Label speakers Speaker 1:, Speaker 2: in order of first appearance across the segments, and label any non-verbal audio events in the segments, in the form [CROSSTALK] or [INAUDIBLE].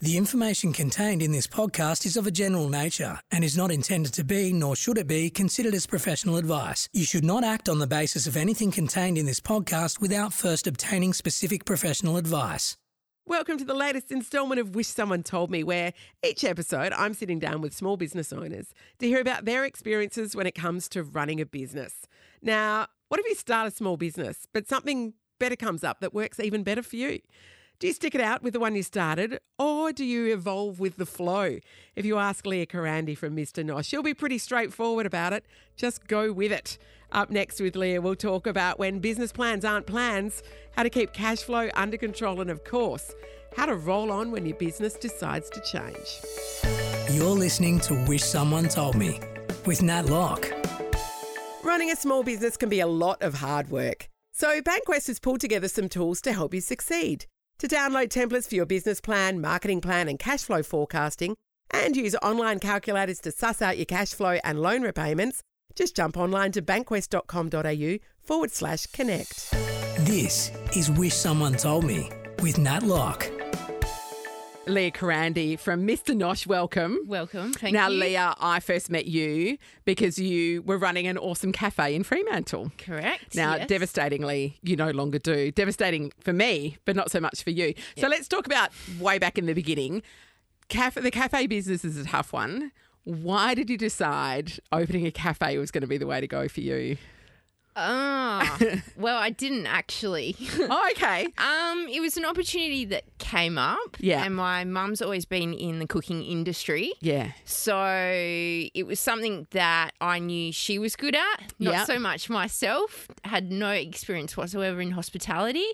Speaker 1: The information contained in this podcast is of a general nature and is not intended to be, nor should it be, considered as professional advice. You should not act on the basis of anything contained in this podcast without first obtaining specific professional advice.
Speaker 2: Welcome to the latest instalment of Wish Someone Told Me, where each episode I'm sitting down with small business owners to hear about their experiences when it comes to running a business. Now, what if you start a small business, but something better comes up that works even better for you? Do you stick it out with the one you started, or do you evolve with the flow? If you ask Leah Karandi from Mr. Nosh, she'll be pretty straightforward about it. Just go with it. Up next with Leah, we'll talk about when business plans aren't plans, how to keep cash flow under control, and of course, how to roll on when your business decides to change.
Speaker 1: You're listening to Wish Someone Told Me with Nat Locke.
Speaker 2: Running a small business can be a lot of hard work. So, Bankwest has pulled together some tools to help you succeed. To download templates for your business plan, marketing plan, and cash flow forecasting, and use online calculators to suss out your cash flow and loan repayments, just jump online to bankwest.com.au forward slash connect.
Speaker 1: This is Wish Someone Told Me with Nat Locke.
Speaker 2: Leah Karandi from Mr. Nosh, welcome.
Speaker 3: Welcome. Thank
Speaker 2: now,
Speaker 3: you.
Speaker 2: Leah, I first met you because you were running an awesome cafe in Fremantle.
Speaker 3: Correct.
Speaker 2: Now,
Speaker 3: yes.
Speaker 2: devastatingly, you no longer do. Devastating for me, but not so much for you. So let's talk about way back in the beginning. Cafe, the cafe business is a tough one. Why did you decide opening a cafe was going to be the way to go for
Speaker 3: [LAUGHS]
Speaker 2: you? [LAUGHS]
Speaker 3: Ah, well, I didn't actually.
Speaker 2: Oh, okay.
Speaker 3: um, it was an opportunity that came up.
Speaker 2: Yeah.
Speaker 3: And my mum's always been in the cooking industry.
Speaker 2: Yeah.
Speaker 3: So it was something that I knew she was good at, not
Speaker 2: Yeah.
Speaker 3: so much myself. Had no experience whatsoever in hospitality,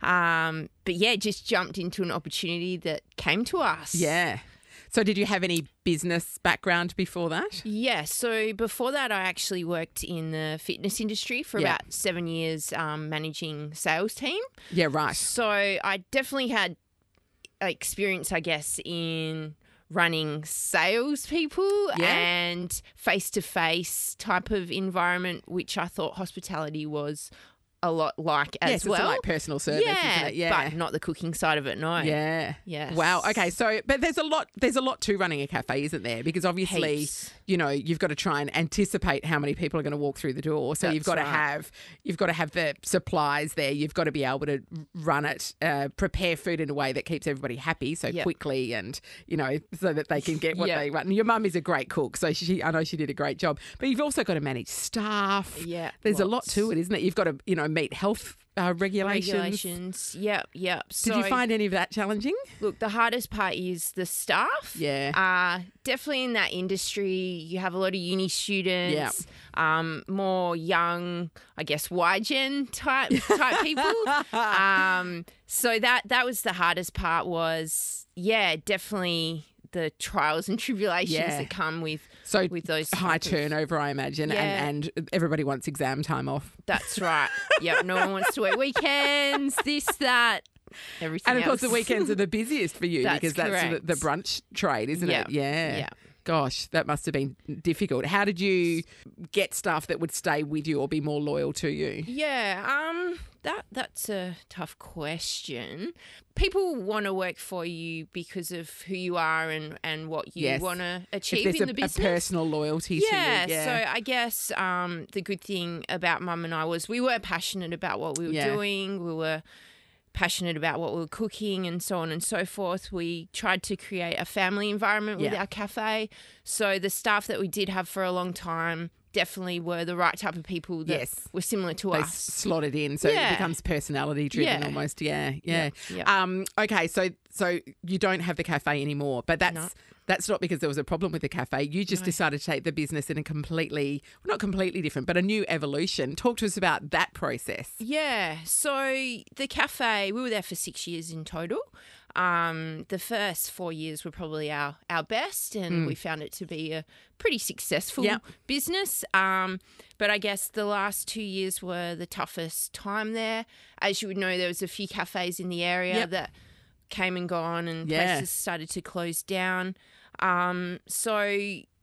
Speaker 3: um, but yeah, just jumped into an opportunity that came to us.
Speaker 2: Yeah. So did you have any business background before that?
Speaker 3: Yeah, so before that, I actually worked in the fitness industry for
Speaker 2: Yeah.
Speaker 3: about seven years, um, managing sales team.
Speaker 2: Yeah, right.
Speaker 3: So I definitely had experience, I guess, in running salespeople
Speaker 2: Yeah.
Speaker 3: and face to face type of environment, which I thought hospitality was a lot like as
Speaker 2: yes,
Speaker 3: well.
Speaker 2: it's like personal service,
Speaker 3: yeah,
Speaker 2: isn't it? Yeah.
Speaker 3: but not the cooking side of it. No,
Speaker 2: Yeah.
Speaker 3: Yes.
Speaker 2: Wow. Okay. So, but there's a lot. There's a lot to running a cafe, isn't there? Because obviously,
Speaker 3: Heaps.
Speaker 2: you know, you've got to try and anticipate how many people are going to walk through the door. So you've
Speaker 3: That's
Speaker 2: got to
Speaker 3: right.
Speaker 2: have you've got to have the supplies there. You've got to be able to run it, uh, prepare food in a way that keeps everybody happy, so
Speaker 3: Yep.
Speaker 2: quickly, and you know, so that they can get what
Speaker 3: Yep.
Speaker 2: they want. And your mum is a great cook, so she I know she did a great job. But you've also got to manage staff.
Speaker 3: Yeah,
Speaker 2: There's a lot
Speaker 3: lots.
Speaker 2: to it, isn't it? You've got to you know meet health uh, regulations.
Speaker 3: regulations. Yep, yep.
Speaker 2: Did
Speaker 3: so
Speaker 2: you find any of that challenging?
Speaker 3: Look, the hardest part is the staff.
Speaker 2: Yeah.
Speaker 3: Uh, definitely in that industry, you have a lot of uni students, um, more young, I guess, Y-gen
Speaker 2: [LAUGHS]
Speaker 3: type type people. Um, so that that was the hardest part. Was yeah, definitely the trials and tribulations
Speaker 2: Yeah.
Speaker 3: that come with
Speaker 2: So
Speaker 3: with those
Speaker 2: high
Speaker 3: type of-
Speaker 2: turnover, I imagine,
Speaker 3: Yeah.
Speaker 2: and, and everybody wants exam time off.
Speaker 3: That's right. yep. No one wants to work weekends. This that. Everything.
Speaker 2: [LAUGHS] And of course, the
Speaker 3: else.
Speaker 2: weekends
Speaker 3: [LAUGHS]
Speaker 2: are the busiest for you
Speaker 3: That's
Speaker 2: because that's the,
Speaker 3: correct.
Speaker 2: the brunch trade, isn't
Speaker 3: Yeah.
Speaker 2: it? Yeah.
Speaker 3: Yeah.
Speaker 2: Gosh, that must have been difficult. How did you get staff that would stay with you or be more loyal to you?
Speaker 3: Yeah, um that that's a tough question. People want to work for you because of who you are and and what you
Speaker 2: Yes.
Speaker 3: want to
Speaker 2: If
Speaker 3: achieve
Speaker 2: there's
Speaker 3: in
Speaker 2: a,
Speaker 3: the
Speaker 2: a
Speaker 3: business.
Speaker 2: personal loyalty
Speaker 3: yeah,
Speaker 2: to you.
Speaker 3: so I guess um, the good thing about Mum and I was we were passionate about what we were
Speaker 2: Yeah.
Speaker 3: doing. We were passionate about what we were cooking and so on and so forth. We tried to create a family environment with
Speaker 2: Yeah.
Speaker 3: our cafe. So the staff that we did have for a long time definitely were the right type of people that
Speaker 2: Yes.
Speaker 3: were similar to
Speaker 2: they
Speaker 3: us.
Speaker 2: slot it in, so it
Speaker 3: Yeah.
Speaker 2: becomes personality driven
Speaker 3: Yeah.
Speaker 2: almost. Yeah, yeah.
Speaker 3: yep.
Speaker 2: Um, okay, so so you don't have the cafe anymore, but that's
Speaker 3: No.
Speaker 2: that's not because there was a problem with the cafe. You just decided to take the business in a completely, well, not completely different, but a new evolution. Talk to us about that process.
Speaker 3: Yeah. So the cafe, we were there for six years in total. Um, the first four years were probably our, our best, and we found it to be a pretty successful
Speaker 2: Hmm. Yeah.
Speaker 3: business. Um, but I guess the last two years were the toughest time there. As you would know, there was a few cafes in the area
Speaker 2: Yep.
Speaker 3: that came and gone, and
Speaker 2: Yeah.
Speaker 3: places started to close down. Um, so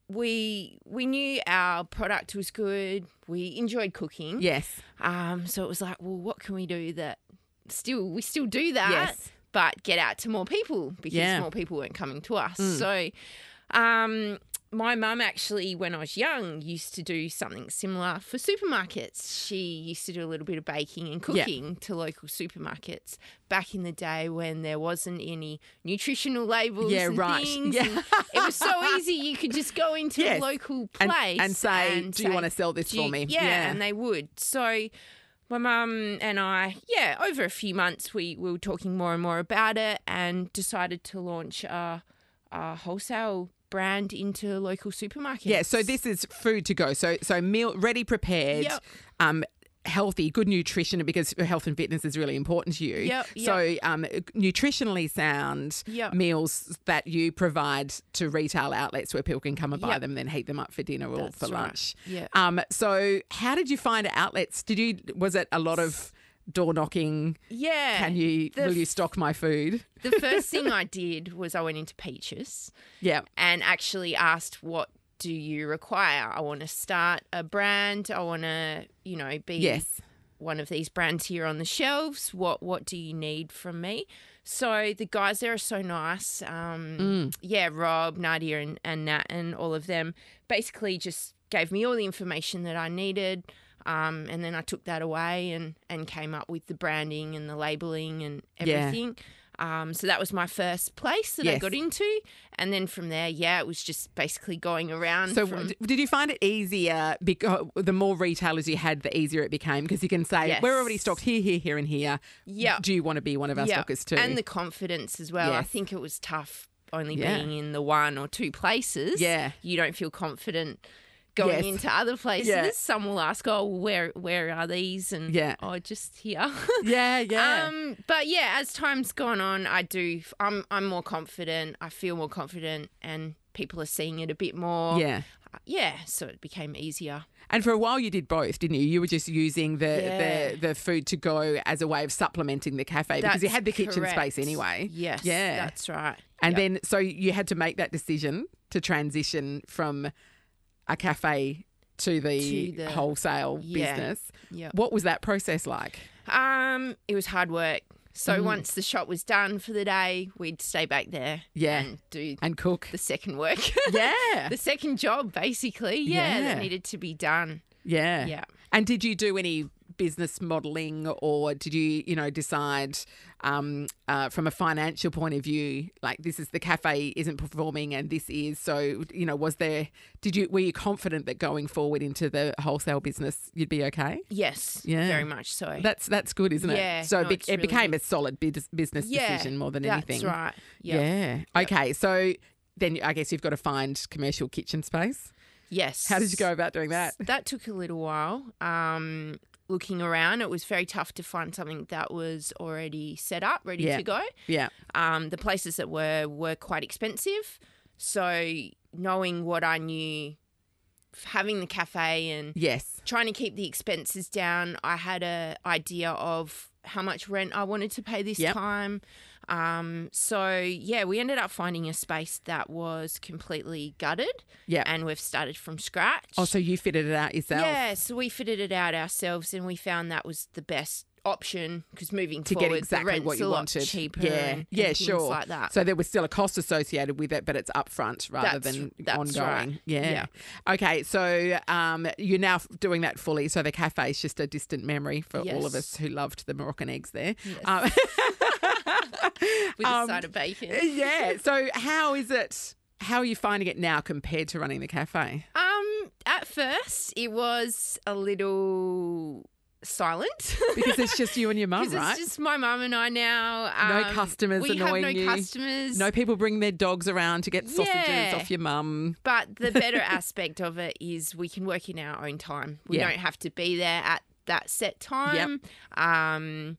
Speaker 3: we we knew our product was good. We enjoyed cooking.
Speaker 2: Yes,
Speaker 3: Um, so it was like, well, what can we do that still we still do that,
Speaker 2: Yes.
Speaker 3: but get out to more people because
Speaker 2: Yeah. Mm.
Speaker 3: more people weren't coming to us. So, um, my mum actually, when I was young, used to do something similar for supermarkets. She used to do a little bit of baking and
Speaker 2: Yeah.
Speaker 3: cooking to local supermarkets back in the day when there wasn't any nutritional labels.
Speaker 2: Yeah,
Speaker 3: and
Speaker 2: right.
Speaker 3: Things
Speaker 2: Yeah.
Speaker 3: and it was so easy. You could just go into
Speaker 2: [LAUGHS] Yes.
Speaker 3: a local
Speaker 2: And-
Speaker 3: place
Speaker 2: and say, "Do you wanna sell this
Speaker 3: "Do you-"
Speaker 2: for me?"
Speaker 3: Yeah,
Speaker 2: Yeah.
Speaker 3: and they would. So my mum and I, yeah, over a few months, we, we were talking more and more about it and decided to launch a, a wholesale brand into local supermarkets.
Speaker 2: Yeah, so this is food to go. So so meal ready prepared.
Speaker 3: Yep.
Speaker 2: Um healthy, good nutrition because health and fitness is really important to you.
Speaker 3: Yep,
Speaker 2: So um nutritionally sound
Speaker 3: Yep.
Speaker 2: meals that you provide to retail outlets where people can come and buy
Speaker 3: Yep.
Speaker 2: them then heat them up for dinner or for
Speaker 3: right.
Speaker 2: lunch.
Speaker 3: Yeah.
Speaker 2: Um so how did you find outlets? Did you was it a lot of door knocking?
Speaker 3: Yeah.
Speaker 2: Can you
Speaker 3: The
Speaker 2: will you stock my food? [LAUGHS]
Speaker 3: the first thing I did was I went into Peaches.
Speaker 2: Yeah.
Speaker 3: and actually asked what do you require i want to start a brand i want to you know be
Speaker 2: Yes.
Speaker 3: one of these brands here on the shelves what what do you need from me so the guys there are so nice um,
Speaker 2: Mm.
Speaker 3: yeah rob nadia and, and nat and all of them basically just gave me all the information that i needed um, and then i took that away and and came up with the branding and the labeling and
Speaker 2: Yeah.
Speaker 3: everything um, so that was my first place that
Speaker 2: Yes.
Speaker 3: i got into and then from there yeah it was just basically going around
Speaker 2: So,
Speaker 3: from-
Speaker 2: d did you find it easier? Because the more retailers you had, the easier it became because you can say,
Speaker 3: Yes.
Speaker 2: "We're already stocked here, here, here, and here."
Speaker 3: Yeah.
Speaker 2: Do you want to be one of our
Speaker 3: Yeah,
Speaker 2: stockers too?
Speaker 3: And the confidence as well. I
Speaker 2: Yes.
Speaker 3: think it was tough only
Speaker 2: Yeah.
Speaker 3: being in the one or two places.
Speaker 2: Yeah.
Speaker 3: You don't feel confident going
Speaker 2: Yes.
Speaker 3: into other places.
Speaker 2: Yeah.
Speaker 3: Some will ask, Oh, where where are these? And
Speaker 2: Yeah.
Speaker 3: oh just here.
Speaker 2: yeah, yeah,
Speaker 3: [LAUGHS] Um, but yeah, as time's gone on, I do. I'm I'm more confident. I feel more confident, and people are seeing it a bit more.
Speaker 2: yeah.
Speaker 3: yeah. So it became easier.
Speaker 2: And for a while, you did both, didn't you? You were just using the
Speaker 3: Yeah.
Speaker 2: the, the food to go as a way of supplementing the cafe because you
Speaker 3: That's
Speaker 2: had the kitchen
Speaker 3: correct.
Speaker 2: space anyway.
Speaker 3: Yes.
Speaker 2: Yeah.
Speaker 3: That's right.
Speaker 2: And
Speaker 3: Yep.
Speaker 2: then, so you had to make that decision to transition from a cafe to the,
Speaker 3: To the-
Speaker 2: wholesale
Speaker 3: Yeah.
Speaker 2: business. [LAUGHS]
Speaker 3: Yep.
Speaker 2: What was that process like?
Speaker 3: Um, it was hard work. So
Speaker 2: Mm-hmm.
Speaker 3: once the shop was done for the day, we'd stay back there.
Speaker 2: Yeah.
Speaker 3: And do
Speaker 2: And cook.
Speaker 3: [LAUGHS] the second work.
Speaker 2: Yeah.
Speaker 3: the second job, basically. Yeah, That
Speaker 2: Yeah.
Speaker 3: needed to be done.
Speaker 2: Yeah.
Speaker 3: Yeah.
Speaker 2: And did you do any business modeling or did you, you know, decide um, uh, from a financial point of view, like this is the cafe isn't performing and this is. So, you know, was there, did you, were you confident that going forward into the wholesale business, you'd be okay?
Speaker 3: Yes.
Speaker 2: Yeah.
Speaker 3: Very much so.
Speaker 2: That's that's good, isn't
Speaker 3: Yeah,
Speaker 2: it? So
Speaker 3: no,
Speaker 2: it, be-
Speaker 3: it's
Speaker 2: it
Speaker 3: really
Speaker 2: became a solid bus- business
Speaker 3: yeah.
Speaker 2: decision more than
Speaker 3: that's
Speaker 2: anything.
Speaker 3: right. Yeah.
Speaker 2: Yeah. Okay. So then I guess you've got to find commercial kitchen space.
Speaker 3: Yes.
Speaker 2: How did you go about doing that?
Speaker 3: That took a little while. Um, looking around, it was very tough to find something that was already set up, ready
Speaker 2: Yeah.
Speaker 3: to go.
Speaker 2: Yeah.
Speaker 3: um, the places that were were quite expensive. So knowing what I knew, f- having the cafe and
Speaker 2: Yes.
Speaker 3: trying to keep the expenses down, I had a idea of how much rent I wanted to pay this
Speaker 2: Yep.
Speaker 3: time. Um, so yeah, we ended up finding a space that was completely gutted,
Speaker 2: Yeah.
Speaker 3: and we've started from scratch.
Speaker 2: Oh, so you fitted it out yourself?
Speaker 3: yeah, so we fitted it out ourselves, and we found that was the best option because moving
Speaker 2: to
Speaker 3: forward,
Speaker 2: get
Speaker 3: the
Speaker 2: exactly
Speaker 3: rent's
Speaker 2: what you
Speaker 3: a lot
Speaker 2: wanted.
Speaker 3: cheaper,
Speaker 2: yeah,
Speaker 3: and,
Speaker 2: yeah,
Speaker 3: and things
Speaker 2: sure.
Speaker 3: like that.
Speaker 2: So there was still a cost associated with it, but it's upfront rather
Speaker 3: That's-
Speaker 2: than
Speaker 3: that's
Speaker 2: ongoing.
Speaker 3: right.
Speaker 2: Yeah. Okay, so um, you're now f- doing that fully. So the cafe is just a distant memory for all of
Speaker 3: Yes.
Speaker 2: us who loved the Moroccan eggs there.
Speaker 3: Yes. [LAUGHS]
Speaker 2: Um, [LAUGHS]
Speaker 3: with a
Speaker 2: Um,
Speaker 3: side of bacon.
Speaker 2: yeah. So how is it? How are you finding it now compared to running the cafe?
Speaker 3: Um, at first it was a little silent [LAUGHS]
Speaker 2: Because it's just you and your mum,
Speaker 3: because
Speaker 2: right?
Speaker 3: it's just my mum and I now.
Speaker 2: No
Speaker 3: Um,
Speaker 2: customers
Speaker 3: We have
Speaker 2: annoying
Speaker 3: no
Speaker 2: you.
Speaker 3: customers.
Speaker 2: no people bring their dogs around to get sausages
Speaker 3: Yeah.
Speaker 2: off your mum.
Speaker 3: But
Speaker 2: [LAUGHS]
Speaker 3: the better aspect of it is we can work in our own time. We
Speaker 2: Yeah.
Speaker 3: don't have to be there at that set time. Um,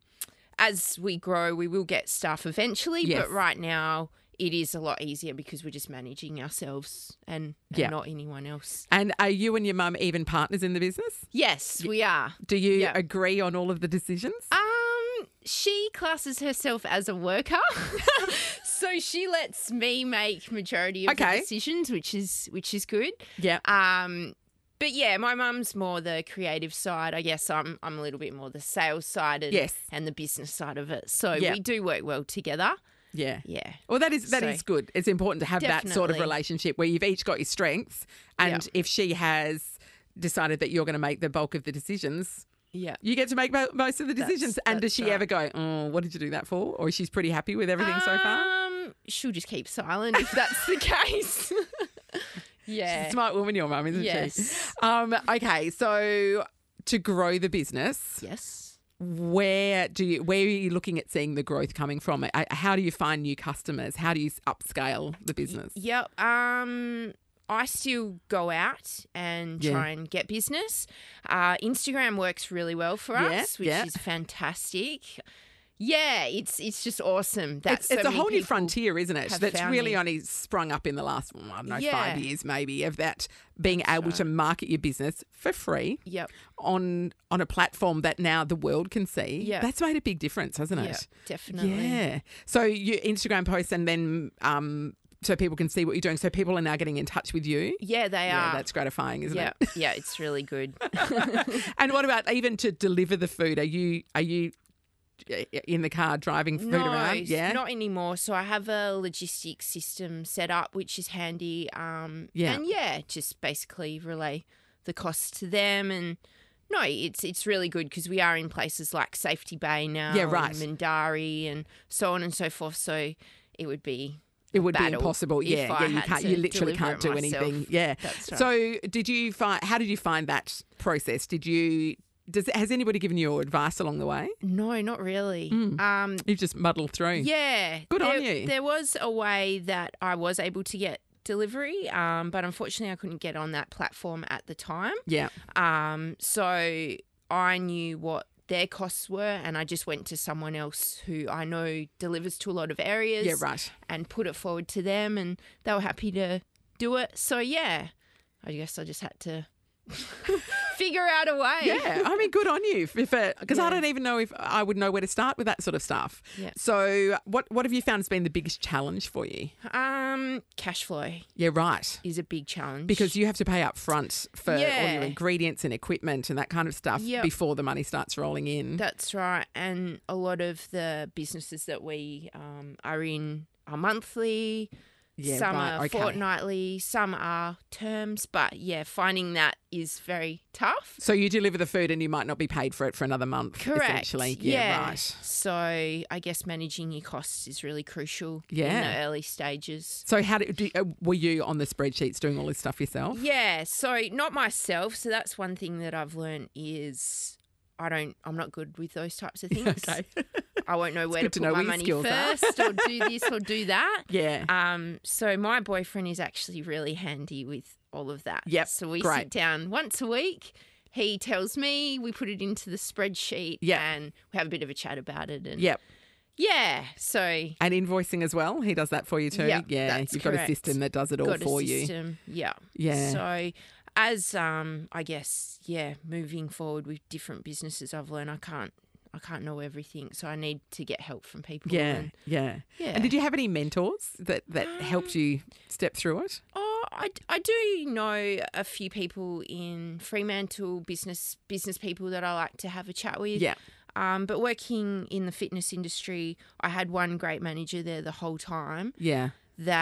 Speaker 3: as we grow, we will get staff eventually,
Speaker 2: Yes.
Speaker 3: but right now it is a lot easier because we're just managing ourselves and, and
Speaker 2: Yeah.
Speaker 3: not anyone else.
Speaker 2: And are you and your mum even partners in the business?
Speaker 3: Yes, we are.
Speaker 2: Do you
Speaker 3: Yeah.
Speaker 2: agree on all of the decisions?
Speaker 3: Um, she classes herself as a worker, [LAUGHS] so she lets me make majority of
Speaker 2: Okay.
Speaker 3: the decisions, which is which is good.
Speaker 2: Yeah.
Speaker 3: Um, but yeah, my mum's more the creative side. I guess I'm I'm a little bit more the sales side and,
Speaker 2: Yes.
Speaker 3: and the business side of it. So
Speaker 2: Yeah.
Speaker 3: we do work well together.
Speaker 2: Yeah.
Speaker 3: Yeah.
Speaker 2: Well, that is that is
Speaker 3: So-
Speaker 2: good. It's important to have that sort of
Speaker 3: Definitely.
Speaker 2: relationship where you've each got your strengths, and if she has decided that you're going to make the bulk of the decisions,
Speaker 3: Yeah.
Speaker 2: you get to make mo- most of the decisions. and does
Speaker 3: that's
Speaker 2: she
Speaker 3: right.
Speaker 2: ever go, "Oh, what did you do that for?" Or she's pretty happy with everything so far?
Speaker 3: Um, she'll just keep silent if that's the [LAUGHS] case. yeah.
Speaker 2: She's a smart woman, your mum, isn't
Speaker 3: Yes.
Speaker 2: she? Um, okay, so to grow the business,
Speaker 3: yes.
Speaker 2: where do you where are you looking at seeing the growth coming from? Uh, How do you find new customers? How do you upscale the business?
Speaker 3: Yep. Um, I still go out and
Speaker 2: Yeah.
Speaker 3: try and get business. Uh, Instagram works really well for
Speaker 2: Yeah,
Speaker 3: us, which
Speaker 2: yeah.
Speaker 3: is fantastic. Yeah, it's it's just awesome. That's
Speaker 2: It's, it's a whole new frontier, isn't it?
Speaker 3: have
Speaker 2: That's
Speaker 3: found
Speaker 2: really
Speaker 3: me.
Speaker 2: only sprung up in the last, well, I don't know,
Speaker 3: Yeah.
Speaker 2: five years maybe of that being able to market your business for free
Speaker 3: Yep.
Speaker 2: on on a platform that now the world can see.
Speaker 3: Yeah.
Speaker 2: That's made a big difference, hasn't
Speaker 3: Yeah,
Speaker 2: it?
Speaker 3: definitely.
Speaker 2: Yeah. So your Instagram posts and then um, so people can see what you're doing. So people are now getting in touch with you.
Speaker 3: Yeah, they
Speaker 2: Yeah,
Speaker 3: are.
Speaker 2: that's gratifying, isn't
Speaker 3: yeah,
Speaker 2: it?
Speaker 3: yeah, it's really good.
Speaker 2: And what about even to deliver the food? Are you are you eh, in the car driving food
Speaker 3: no,
Speaker 2: around?
Speaker 3: s-
Speaker 2: Yeah.
Speaker 3: not anymore. So I have a logistics system set up, which is handy. Um,
Speaker 2: Yeah.
Speaker 3: and yeah, just basically relay the costs to them, and no, it's it's really good because we are in places like Safety Bay now,
Speaker 2: Yeah, right.
Speaker 3: and Mandari, and so on and so forth. So it would be
Speaker 2: It would be
Speaker 3: battle
Speaker 2: impossible.
Speaker 3: if
Speaker 2: Yeah, yeah.
Speaker 3: I
Speaker 2: You
Speaker 3: had
Speaker 2: can't.
Speaker 3: to
Speaker 2: You literally
Speaker 3: deliver
Speaker 2: can't
Speaker 3: it
Speaker 2: do
Speaker 3: myself.
Speaker 2: anything. Yeah.
Speaker 3: That's right.
Speaker 2: So, did you find? How did you find that process? Did you? Does has anybody given you advice along the way?
Speaker 3: no, not really. Um,
Speaker 2: You've just muddled through.
Speaker 3: Yeah.
Speaker 2: Mm. Good on
Speaker 3: there,
Speaker 2: you.
Speaker 3: There was a way that I was able to get delivery, um, but unfortunately I couldn't get on that platform at the time.
Speaker 2: Yeah.
Speaker 3: Um, so I knew what their costs were and I just went to someone else who I know delivers to a lot of areas
Speaker 2: Yeah. Right.
Speaker 3: and put it forward to them and they were happy to do it. So yeah, I guess I just had to [LAUGHS] figure out a way.
Speaker 2: Yeah, [LAUGHS] I mean, good on you for because I
Speaker 3: Yeah.
Speaker 2: don't even know if I would know where to start with that sort of stuff.
Speaker 3: Yeah.
Speaker 2: So, what what have you found has been the biggest challenge for you?
Speaker 3: Um, cash flow
Speaker 2: Yeah, right.
Speaker 3: is a big challenge.
Speaker 2: Because you have to pay up front for all your
Speaker 3: Yeah.
Speaker 2: ingredients and equipment and that kind of stuff
Speaker 3: Yep.
Speaker 2: before the money starts rolling in.
Speaker 3: That's right. And a lot of the businesses that we um, are in are monthly,
Speaker 2: Yeah,
Speaker 3: some
Speaker 2: right,
Speaker 3: are
Speaker 2: okay.
Speaker 3: fortnightly, some are terms. But yeah, finding that is very tough.
Speaker 2: So you deliver the food and you might not be paid for it for another month.
Speaker 3: Correct.
Speaker 2: Essentially. Yeah, right.
Speaker 3: So I guess managing your costs is really crucial in
Speaker 2: Yeah.
Speaker 3: the early stages.
Speaker 2: So how did, do, uh, were you on the spreadsheets doing all this stuff yourself?
Speaker 3: Yeah, so not myself. So that's one thing that I've learned is I don't I'm not good with those types
Speaker 2: [LAUGHS]
Speaker 3: of things.
Speaker 2: Okay.
Speaker 3: I won't know where to
Speaker 2: good
Speaker 3: put
Speaker 2: to know where
Speaker 3: my
Speaker 2: your
Speaker 3: money
Speaker 2: skills are.
Speaker 3: first or do this
Speaker 2: [LAUGHS]
Speaker 3: or do that.
Speaker 2: Yeah.
Speaker 3: Um, so my boyfriend is actually really handy with all of that.
Speaker 2: Yep,
Speaker 3: So we
Speaker 2: great.
Speaker 3: sit down once a week. He tells me we put it into the spreadsheet.
Speaker 2: Yep.
Speaker 3: And we have a bit of a chat about it. And
Speaker 2: Yep.
Speaker 3: yeah. So
Speaker 2: And invoicing as well. He does that for you too.
Speaker 3: Yep,
Speaker 2: yeah.
Speaker 3: that's
Speaker 2: You've got a
Speaker 3: correct.
Speaker 2: system that does it all
Speaker 3: got
Speaker 2: for
Speaker 3: a
Speaker 2: you.
Speaker 3: system. Yeah.
Speaker 2: Yeah.
Speaker 3: So as um, I guess yeah, moving forward with different businesses, I've learned I can't I can't know everything, so I need to get help from people.
Speaker 2: Yeah.
Speaker 3: and-
Speaker 2: Yeah.
Speaker 3: yeah. Um,
Speaker 2: And did you have any mentors that, that helped you step through it?
Speaker 3: Oh, I, I do know a few people in Fremantle business business people that I like to have a chat with.
Speaker 2: Yeah.
Speaker 3: Um, but working in the fitness industry, I had one great manager there the whole time
Speaker 2: Yeah.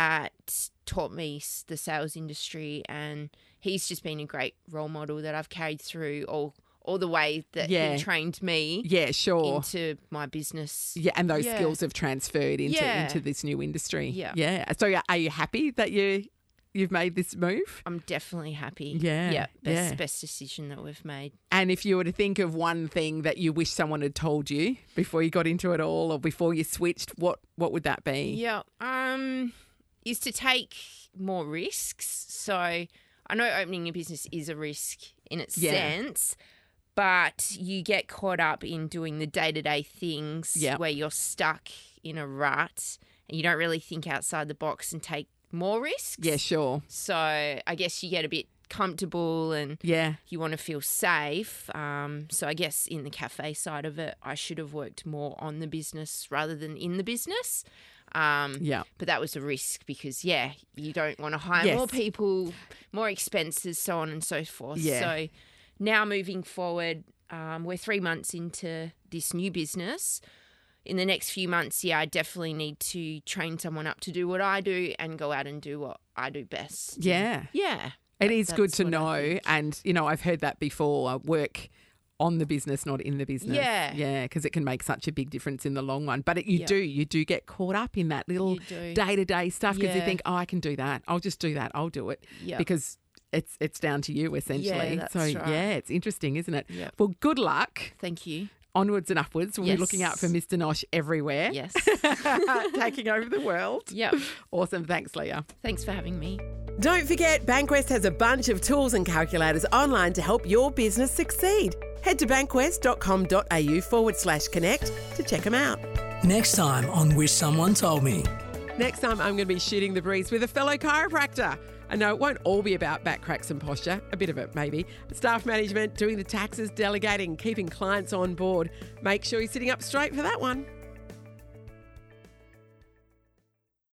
Speaker 3: that taught me s- the sales industry, and he's just been a great role model that I've carried through all all the way that
Speaker 2: Yeah.
Speaker 3: he trained me
Speaker 2: Yeah, sure.
Speaker 3: into my business.
Speaker 2: Yeah, and those
Speaker 3: Yeah.
Speaker 2: skills have transferred into
Speaker 3: Yeah.
Speaker 2: into this new industry.
Speaker 3: Yeah.
Speaker 2: yeah. So are you happy that you you've made this move?
Speaker 3: I'm definitely happy.
Speaker 2: Yeah,
Speaker 3: yeah, best
Speaker 2: yeah.
Speaker 3: best decision that we've made.
Speaker 2: And if you were to think of one thing that you wish someone had told you before you got into it all, or before you switched, what what would that be?
Speaker 3: Yeah. Um, is to take more risks. So I know opening a business is a risk in its
Speaker 2: Yeah.
Speaker 3: sense, but you get caught up in doing the day to day things
Speaker 2: Yeah.
Speaker 3: where you're stuck in a rut and you don't really think outside the box and take more risks.
Speaker 2: Yeah, sure.
Speaker 3: So I guess you get a bit comfortable and
Speaker 2: Yeah,
Speaker 3: you want to feel safe. Um, so I guess in the cafe side of it, I should have worked more on the business rather than in the business. Um,
Speaker 2: Yeah.
Speaker 3: But that was a risk because, yeah, you don't want to hire
Speaker 2: Yes.
Speaker 3: more people, more expenses, so on and so forth.
Speaker 2: Yeah.
Speaker 3: So now moving forward, um, we're three months into this new business. In the next few months, yeah, I definitely need to train someone up to do what I do and go out and do what I do best.
Speaker 2: Yeah.
Speaker 3: Yeah.
Speaker 2: It is good
Speaker 3: that's
Speaker 2: to
Speaker 3: what I
Speaker 2: know.
Speaker 3: think.
Speaker 2: And, you know, I've heard that before. I work on the business, not in the business.
Speaker 3: Yeah.
Speaker 2: Yeah. Because it can make such a big difference in the long run. But it, you
Speaker 3: Yeah.
Speaker 2: do, you do get caught up in that little
Speaker 3: You do.
Speaker 2: day to day stuff because you
Speaker 3: Yeah.
Speaker 2: think, oh, I can do that. I'll just do that. I'll do it.
Speaker 3: Yeah.
Speaker 2: Because it's it's down to you essentially.
Speaker 3: that's
Speaker 2: so
Speaker 3: right.
Speaker 2: yeah, it's interesting, isn't it?
Speaker 3: Yeah.
Speaker 2: Well, good luck. [LAUGHS]
Speaker 3: Thank you.
Speaker 2: Onwards and upwards. We'll be looking out for
Speaker 3: Yes.
Speaker 2: Mr. Nosh everywhere.
Speaker 3: Yes.
Speaker 2: Taking over the world.
Speaker 3: [LAUGHS] yep.
Speaker 2: Awesome. Thanks, Leah.
Speaker 3: Thanks for having me.
Speaker 4: Don't forget, Bankwest has a bunch of tools and calculators online to help your business succeed. Head to bankwest.com.au forward slash connect to check them out.
Speaker 1: Next time on Wish Someone Told Me.
Speaker 2: Next time, I'm going to be shooting the breeze with a fellow chiropractor. I know it won't all be about back cracks and posture, a bit of it maybe. Staff management, doing the taxes, delegating, keeping clients on board. Make sure you're sitting up straight for that one.